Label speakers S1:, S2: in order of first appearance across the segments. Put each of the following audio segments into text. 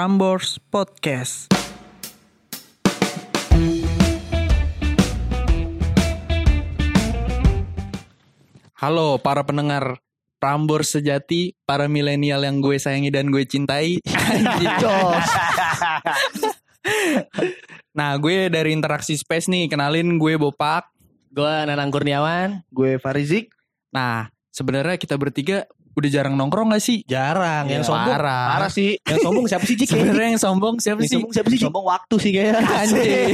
S1: Prambors Podcast.
S2: Halo para pendengar Prambor sejati, para milenial yang gue sayangi dan gue cintai. nah, gue dari Interaksi Space nih, kenalin gue Bopak.
S3: Gue Nanang Kurniawan.
S4: Gue Farizik.
S2: Nah, sebenarnya kita bertiga udah jarang nongkrong gak sih?
S3: Jarang.
S2: Iya,
S3: yang sombong.
S2: parah.
S3: Parah sih. Yang sombong siapa sih Cik?
S2: Sebenarnya yang sombong siapa
S3: Yang
S2: sih?
S3: sombong siapa sih Cik?
S4: Sombong waktu sih kayaknya. Iya
S2: Anjing.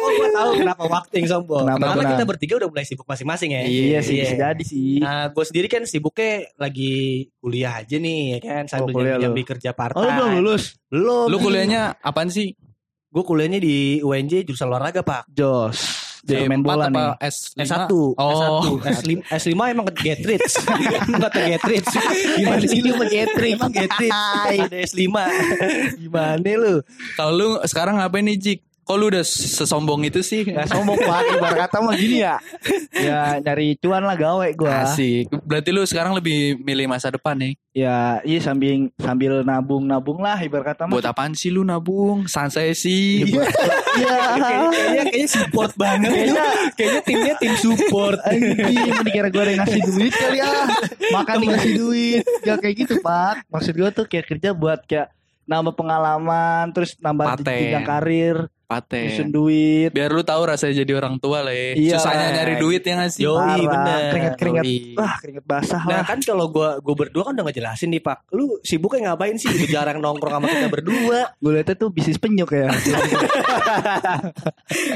S3: Oh, gue tahu kenapa waktu yang sombong.
S4: Kenapa,
S3: Karena
S4: kenapa?
S3: kita bertiga udah mulai sibuk masing-masing ya.
S4: Iya sih bisa
S3: Iya.
S4: jadi sih.
S3: Nah, gue sendiri kan sibuknya lagi kuliah aja nih, ya kan sambil
S4: Oh, kuliah lu.
S3: nyambi kerja part
S4: Oh lu belum lulus?
S3: Belum.
S2: Lu kuliahnya apaan sih?
S3: Gue kuliahnya di UNJ jurusan olahraga, Pak.
S4: Jos. Jadi main
S2: D4
S4: bola
S2: apa
S4: nih.
S2: S5?
S3: S1,
S2: Oh.
S3: S1, S5, S5 emang ke Getrich. Enggak ke Getrich. Gimana sih lu ke Getrich? Emang Getrich. Ada S5. Gimana lu?
S2: Kalau lu sekarang ngapain nih, Jik? Kok lu udah sesombong itu sih?
S4: Gak Ya, sombong pak. Ibarat kata mah gini ya. Ya dari cuan lah gawe gua.
S2: Asik. Berarti lu sekarang lebih milih masa depan nih.
S4: Ya iya sambil sambil nabung nabung lah ibarat kata mah.
S2: Buat apaan sih lu nabung? Santai sih.
S4: Iya.
S3: Kayaknya kayaknya support banget. Kayaknya kayaknya timnya tim support.
S4: Anjing, dikira gue ada yang ngasih duit kali ya Makan dikasih duit Gak kayak gitu pak Maksud gue tuh kayak kerja buat kayak Nambah pengalaman Terus nambah
S2: Paten.
S4: jenjang karir
S2: Paten.
S4: Nyusun duit
S2: Biar lu tahu rasanya jadi orang tua le.
S4: Iya,
S2: Susahnya
S4: Le.
S2: nyari duit ya nggak sih?
S3: Yo.
S4: Parah,
S3: Yoi, bener.
S4: Keringet-keringet.
S2: Yoi.
S4: Wah, keringet basah lah.
S3: Nah kan kalau gua gua berdua kan udah ngejelasin nih Pak. Lu sibuknya ngapain sih? Udah jarang nongkrong sama kita berdua.
S4: Gue liatnya tuh bisnis penyuk ya.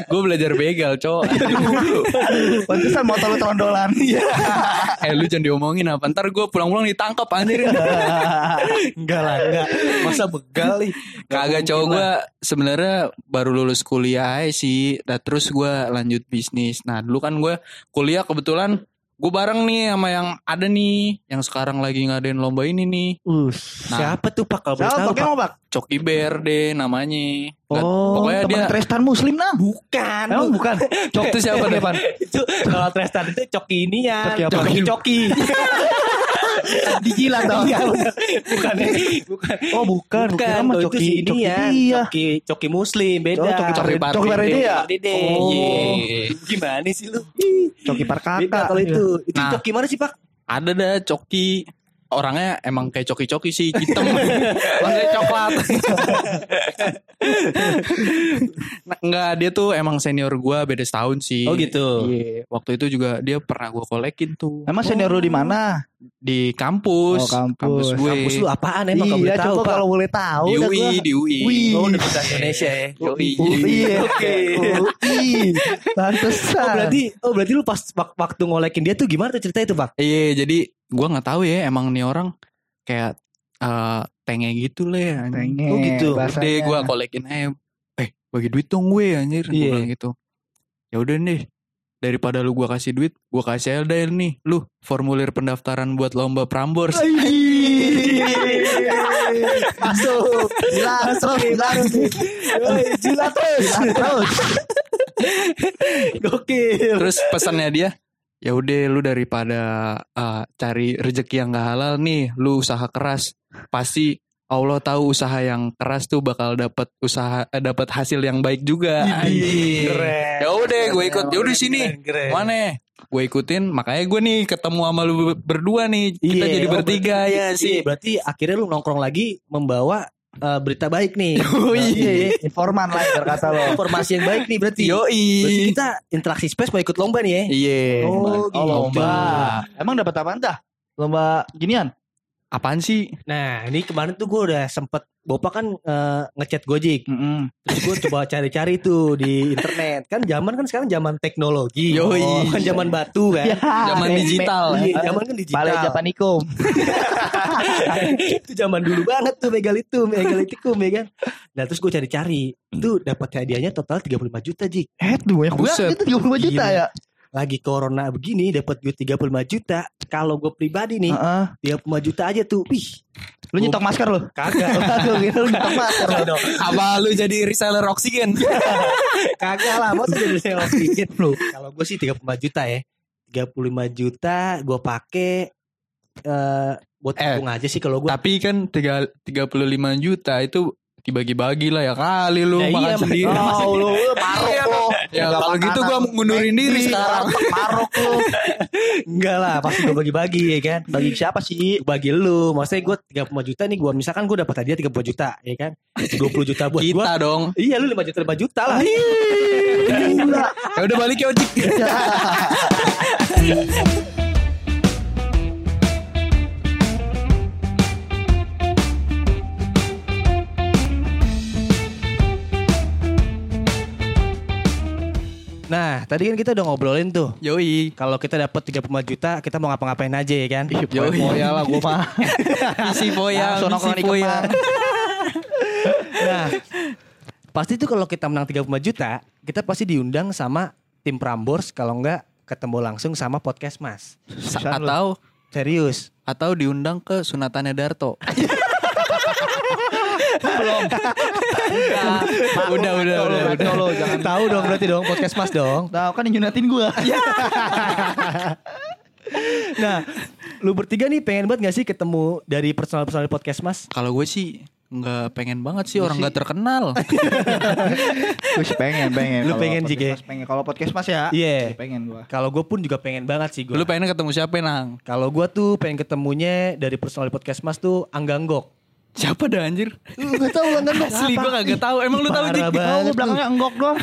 S2: Gue belajar begal, cowok.
S4: Pantesan motor lu trondolan. Iya.
S2: eh lu jangan diomongin apa. Ntar gue pulang-pulang ditangkap anjir.
S4: Iya,
S3: Enggak lah, enggak. Masa begal nih.
S2: Kagak cowok gue sebenarnya baru lulus kuliah aja sih. Nah, terus gue lanjut bisnis. Nah dulu kan gue kuliah kebetulan gue bareng nih sama yang ada nih. Yang sekarang lagi ngadain lomba ini nih.
S4: Us.
S2: Nah,
S3: Siapa tuh Pak? Kalau boleh
S4: Siapa
S3: tahu,
S4: pakai
S3: Pak?
S4: mau pak?
S2: Coki Bear deh namanya. Nggak-
S4: Oh,
S2: pokoknya
S4: temen
S2: dia
S4: Tristan Muslim nah.
S3: Bukan.
S4: Emang bukan. Iya,
S2: Cok itu siapa deh, Pan?
S3: itu kalau Tristan itu coki ini ya
S4: Coki apa?
S3: coki
S4: Dijilat dong.
S3: Iya, bener. bukan bukan
S4: Oh, bukan. Kira mah
S3: kalau itu
S4: coki
S3: si
S4: coki
S3: ini ya
S4: dia.
S3: coki coki muslim beda
S4: Oh, coki
S2: Coki
S4: Coki
S2: Pardede.
S4: Coki Pardede ya?
S3: Pardede.
S4: Oh.
S3: Iya. gimana sih lu
S4: Coki
S3: beda
S4: Parkaka.
S3: kalau itu itu
S2: Nah.
S3: coki mana sih pak
S2: Ada dah Coki Orangnya emang kayak coki-coki sih Hitam Warnanya coklat Nah, Enggak dia tuh emang senior gua Beda setahun sih
S3: gitu
S4: Iya.
S2: Waktu itu juga dia pernah gua kolekin tuh
S4: Emang senior lu di mana?
S2: Di kampus
S4: Oh, kampus.
S2: gue
S3: kampus lu apaan emang kalau
S4: Iya,
S3: boleh tahu
S4: coba
S3: pak
S4: kalau boleh tahu.
S2: Di
S4: dah
S2: UI
S4: gua.
S2: Di UI
S4: Wih. Oh, iya.
S3: Oh, Universitas Indonesia ya.
S2: Yoi.
S4: UI.
S3: Oke.
S4: UI. Pantesan.
S3: Oh berarti, oh berarti lu pas wak- waktu ngolekin dia tuh gimana tuh cerita itu pak?
S2: Iya jadi gua nggak tahu ya Emang nih orang Kayak eh, Tenge gitu leh anjing.
S4: Tenge,
S3: Oh, gitu.
S2: Udah
S4: bahasanya.
S2: gue kolekin aja Eh bagi duit dong gue anjir Gue
S3: Iya.
S2: bilang gitu ya udah nih Daripada lu gue kasih duit Gue kasih aja deh nih Lu formulir pendaftaran buat lomba Prambors
S3: Masuk,
S4: Jilat terus, jilat terus.
S3: jilat terus.
S4: Jilat terus.
S3: Gokil.
S2: Terus pesannya dia ya udah lu daripada eh, cari rezeki yang gak halal nih Lu usaha keras Pasti Allah tahu usaha yang keras tuh bakal dapat usaha eh, dapat hasil yang baik juga. Anjing.
S3: Keren.
S2: Ya udah gue ikut. Ya udah sini.
S3: Keren, keren.
S2: Mana? Gue ikutin, makanya gue nih ketemu sama lu berdua nih. Kita
S3: Iya,
S2: jadi
S3: oh,
S2: bertiga
S3: berarti-
S2: ya
S3: iya,
S2: sih.
S3: Berarti akhirnya lu nongkrong lagi membawa eh, berita baik nih.
S2: Yoi.
S3: Iya,
S4: Informan lah berkata lo.
S3: Informasi yang baik nih berarti.
S2: Yoi.
S3: Berarti kita interaksi space mau ikut lomba nih ya.
S2: Iya.
S3: Oh,
S4: Oh,
S3: gitu.
S4: lomba. Emang dapat apaan dah? Lomba ginian?
S2: Apaan sih?
S3: Nah, ini kemarin tuh gue udah sempet Bopak kan eh, ngechat Gojek.
S4: Mm
S3: Terus gue coba cari-cari tuh di internet. Kan zaman kan sekarang zaman teknologi.
S2: Yoi.
S3: kan zaman batu
S2: Iya.
S3: kan.
S4: Ya,
S2: Zaman digital.
S3: Iya, zaman kan digital.
S4: Balai Japanikum.
S3: itu zaman dulu banget tuh megalitum, megalitikum ya kan. Nah terus gue cari-cari,
S2: Hmm.
S3: itu dapat hadiahnya total 35 juta Jik.
S4: Eh, tuh banyak
S2: Buset.
S4: banget itu 35 juta
S3: Gila.
S4: ya.
S3: Lagi corona begini dapat duit 35 juta. Kalau gue pribadi nih,
S4: Heeh.
S3: 35 juta aja tuh. Wih,
S4: Lu nyetok masker lu.
S3: kagak.
S4: Aduh, gitu lu nyetok masker.
S3: Kagak dong.
S2: Apa lu jadi reseller oksigen?
S3: Kagak lah, masa jadi sales dikit lu. Kalau gue sih 35 juta ya. 35 juta gue pakai eh buat
S2: Eh,
S3: tabung aja sih kalau gue
S2: Tapi kan tiga- 35 juta itu dibagi-bagi lah ya kali lu
S3: Ya
S2: makan
S3: iya,
S2: sendiri.
S3: makanya.
S4: Oh, lu lu parok lu.
S2: Ya
S4: Nggak
S2: kalau gitu gua
S4: makanan. Eh,
S2: ngundurin diri sekarang.
S4: Parok lu.
S3: enggak lah pasti gue bagi-bagi ya kan
S4: Bagi siapa sih?
S3: bagi lu maksudnya gue 35 juta nih gue misalkan gue dapat hadiah 30 juta ya kan 20 juta buat gue
S2: Kita dong.
S3: iya lu 5 juta 5 juta lah
S4: Gila.
S2: Ya udah balik ya Ojik.
S3: nah tadi kan kita udah ngobrolin tuh
S2: Yoi.
S3: kalau kita dapat 35 juta kita mau ngapa-ngapain aja ya kan
S4: Iya,
S2: Yoi.
S4: Boya lah gue mah.
S2: Misi poya, misi
S4: Langsung nongkrong di
S2: poya.
S3: nah pasti tuh kalau kita menang 35 juta kita pasti diundang sama tim Prambors kalau enggak ketemu langsung sama podcast Mas
S2: Sa- Atau
S3: serius
S2: atau diundang ke sunatannya Darto. Belum. Udah, udah, udah, udah.
S4: Kalau jangan
S3: tahu dong berarti dong podcast Mas dong
S4: tahu kan yang nyunatin gue.
S3: Nah, lu bertiga nih pengen banget gak sih ketemu dari personal-personal podcast mas?
S2: Kalau gue sih nggak pengen banget sih
S4: Gua
S2: orang
S4: sih-
S2: nggak terkenal.
S4: Gue sih pengen, pengen.
S3: Lu
S4: Kalau
S3: pengen,
S4: podcast
S3: Jige?
S4: mas Pengen kalau podcast mas ya.
S3: Iya.
S4: Iya, Pengen gue.
S3: Kalau gue pun juga pengen banget sih gue.
S2: Lu pengen ketemu siapa nang?
S3: Kalau gue tuh pengen ketemunya dari personal podcast mas tuh Angganggok.
S2: Siapa dah anjir?
S4: Gak tau lu
S2: Kan
S4: enggak
S2: Asli gue kagak tahu. Emang lu tahu
S3: parah
S2: Jik?
S3: banget.
S4: gue belakangnya enggok doang.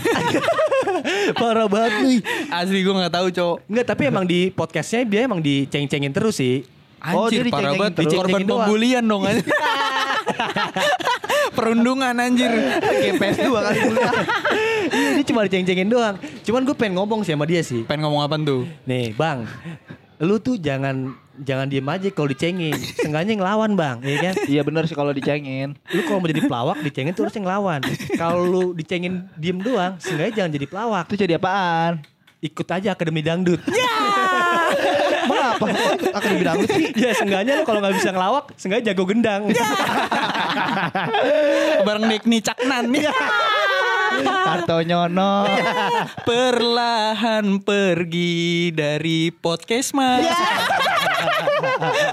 S3: Parah banget nih.
S2: Asli gue nggak tahu cowok.
S3: Enggak, tapi emang di podcastnya dia emang diceng-cengin terus sih.
S4: Oh, dia
S2: Anjir parah
S4: diceng-cengin
S2: banget
S3: terus.
S2: korban
S3: Diceng-cengin doang.
S2: pembulian dong anjir. Perundungan anjir.
S4: Game PS2 kali dulu.
S3: Iya, dia cuma diceng-cengin doang. Cuman gue pengen ngomong sih sama dia sih.
S2: Pengen ngomong apa tuh?
S3: Nih bang, lu tuh jangan jangan diem aja kalau dicengin. Sengaja ngelawan bang, ya kan?
S4: Iya bener sih kalau dicengin.
S3: lu kalau mau jadi pelawak dicengin tuh harus yang lawan kalau lu dicengin diem doang seenggaknya jangan jadi pelawak
S4: Itu jadi apaan?
S3: ikut aja akademi dangdut
S4: Emang apa? Aku lebih dangdut sih.
S3: ya seenggaknya lu kalau nggak bisa ngelawak seenggaknya jago gendang
S2: Bareng Nick nih caknan nih.
S4: Karto nyono.
S2: Perlahan pergi dari podcast mas.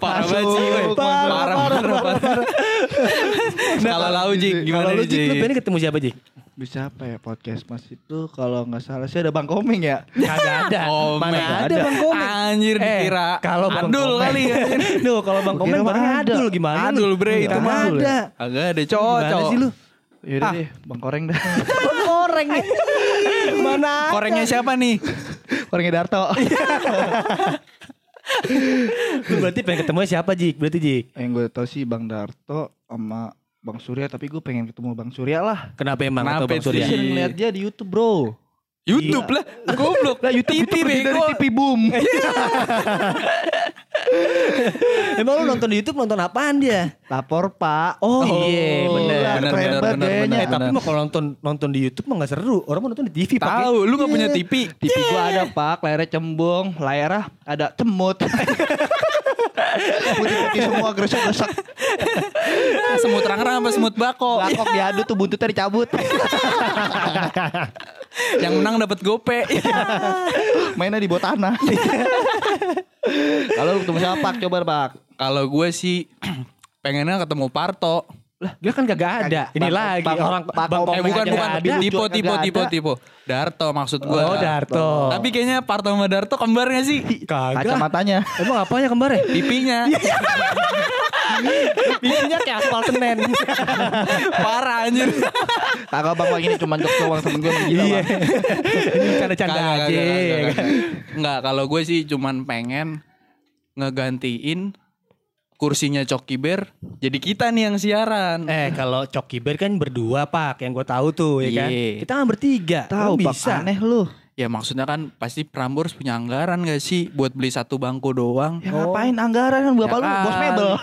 S2: parah banget sih, woy.
S4: Masuk,
S2: parah,
S4: masuk.
S2: parah, parah, Kalau lau Jik, gimana
S3: kalau lu
S2: nih,
S3: Jik, lu
S2: Jik?
S3: pengen ketemu siapa Jik?
S4: Bisa apa ya podcast mas itu kalau nggak salah sih ada Bang Komeng ya.
S3: kagak ada
S2: Komen.
S3: mana ada bang komen
S2: Anjir dikira
S3: kalau bang
S2: Adul
S3: Komeng.
S2: kali ya.
S3: Duh, kalau bang
S4: Gua
S3: komen
S4: kira
S3: bareng
S4: mah ada.
S3: adul gimana lu?
S2: Adul ya. bre itu
S3: Nggak
S2: mah.
S3: ada Oh,
S2: Agak ada
S3: Iya, gimana
S2: cocok.
S3: sih lu
S4: Yaudah
S2: Ah.
S4: deh, Bang Koreng dah.
S3: koreng mana
S2: Korengnya siapa nih?
S4: Korengnya Darto.
S3: lu berarti pengen ketemu siapa Jik berarti Jik
S4: Yang gue tau sih Bang Darto sama Bang Surya tapi gue pengen ketemu Bang Surya lah.
S3: kenapa emang atau
S2: Kenapa,
S3: bang
S2: Iya.
S3: Surya
S4: Gue sering lihat dia di YouTube bro.
S2: YouTube lah. Goblok. Lah YouTube
S4: Itu berdiri dari TV Boom.
S3: Emang lu nonton di YouTube nonton apaan dia?
S4: Lapor Pak.
S3: Oh,
S2: iya, bener,
S4: Gila,
S2: bener,
S4: keren
S2: bener,
S4: banget
S2: bener,
S4: gayanya.
S2: bener,
S3: Eh, tapi
S2: Benar.
S3: mah kalau nonton nonton di YouTube mah gak seru. Orang mau nonton di TV pakai.
S2: Tahu, lu gak punya
S4: Iya.
S2: TV.
S4: TV gua ada pak, layarnya cembung, layarnya ada cemut. Putih-putih semua gresek-gresek.
S2: Semut rangrang apa semut bako?
S4: Lakok diadu tuh buntutnya dicabut.
S2: Yang menang dapat gope.
S4: Mainnya di bawah tanah.
S2: Iya.
S4: Kalau lu ketemu siapa pak, coba pak.
S2: Kalau gue sih pengennya ketemu Parto.
S3: Lah, dia kan kagak ada.
S4: Kagak.
S3: Ini
S4: Bang-
S3: lagi
S4: Bang-
S3: orang
S4: Bang-
S2: Eh
S3: Bang
S4: Komeng
S2: bukan
S3: aja
S2: bukan
S4: ada.
S3: nggak
S2: Tipo
S4: Juga
S2: Tipo
S4: nggak
S2: Tipo
S4: ada.
S2: Tipo Darto maksud gue
S3: Oh, Darto.
S2: Tapi kayaknya Parto sama Darto kembar gak sih?
S3: Kagak.
S4: Kacamatanya.
S3: Emang apanya kembar ya?
S2: Pipinya
S3: Pipinya kayak aspal senen.
S2: Parah anjir
S4: Kagak bang, Bang, ini cuma jok doang temen gue emang gila
S3: Iya.
S4: Bang.
S3: Ini canda-canda
S2: Kagak,
S3: aja.
S2: kagak,
S3: ya
S2: kagak,
S3: kan?
S2: kagak. Enggak kalau gue sih cuman pengen Ngegantiin Kursinya Coki Bear Jadi kita nih yang siaran
S3: Eh, kalau Coki Bear kan berdua, Pak, yang gue tahu tuh, ya kan?
S2: Iya.
S3: Kita kan bertiga.
S4: Tahu
S3: Lu
S4: pak,
S3: bisa.
S4: aneh lu.
S2: Ya maksudnya kan pasti Prambors punya anggaran gak sih Buat beli satu bangku doang
S4: Ya ngapain anggaran kan
S2: Ya
S4: bapak lu bos
S2: kan.
S4: mebel.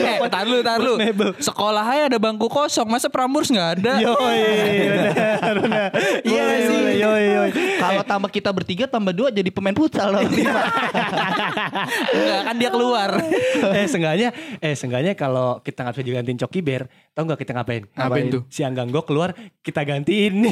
S2: Eh tar lu tar lu Sekolah aja ada bangku kosong Masa Prambors gak ada
S3: Yoi, benar, benar. Iya
S2: Boleh,
S3: sih.
S2: boleh,
S3: Yoi, yoi.
S4: Kalau tambah kita bertiga tambah dua jadi pemain futsal Iya. loh.
S2: Enggak kan dia keluar
S3: eh sengganya eh sengganya kalau kita nggak bisa digantiin Coki Bear tau nggak kita ngapain
S2: Ngapain tuh?
S3: si Anggang Go keluar kita gantiin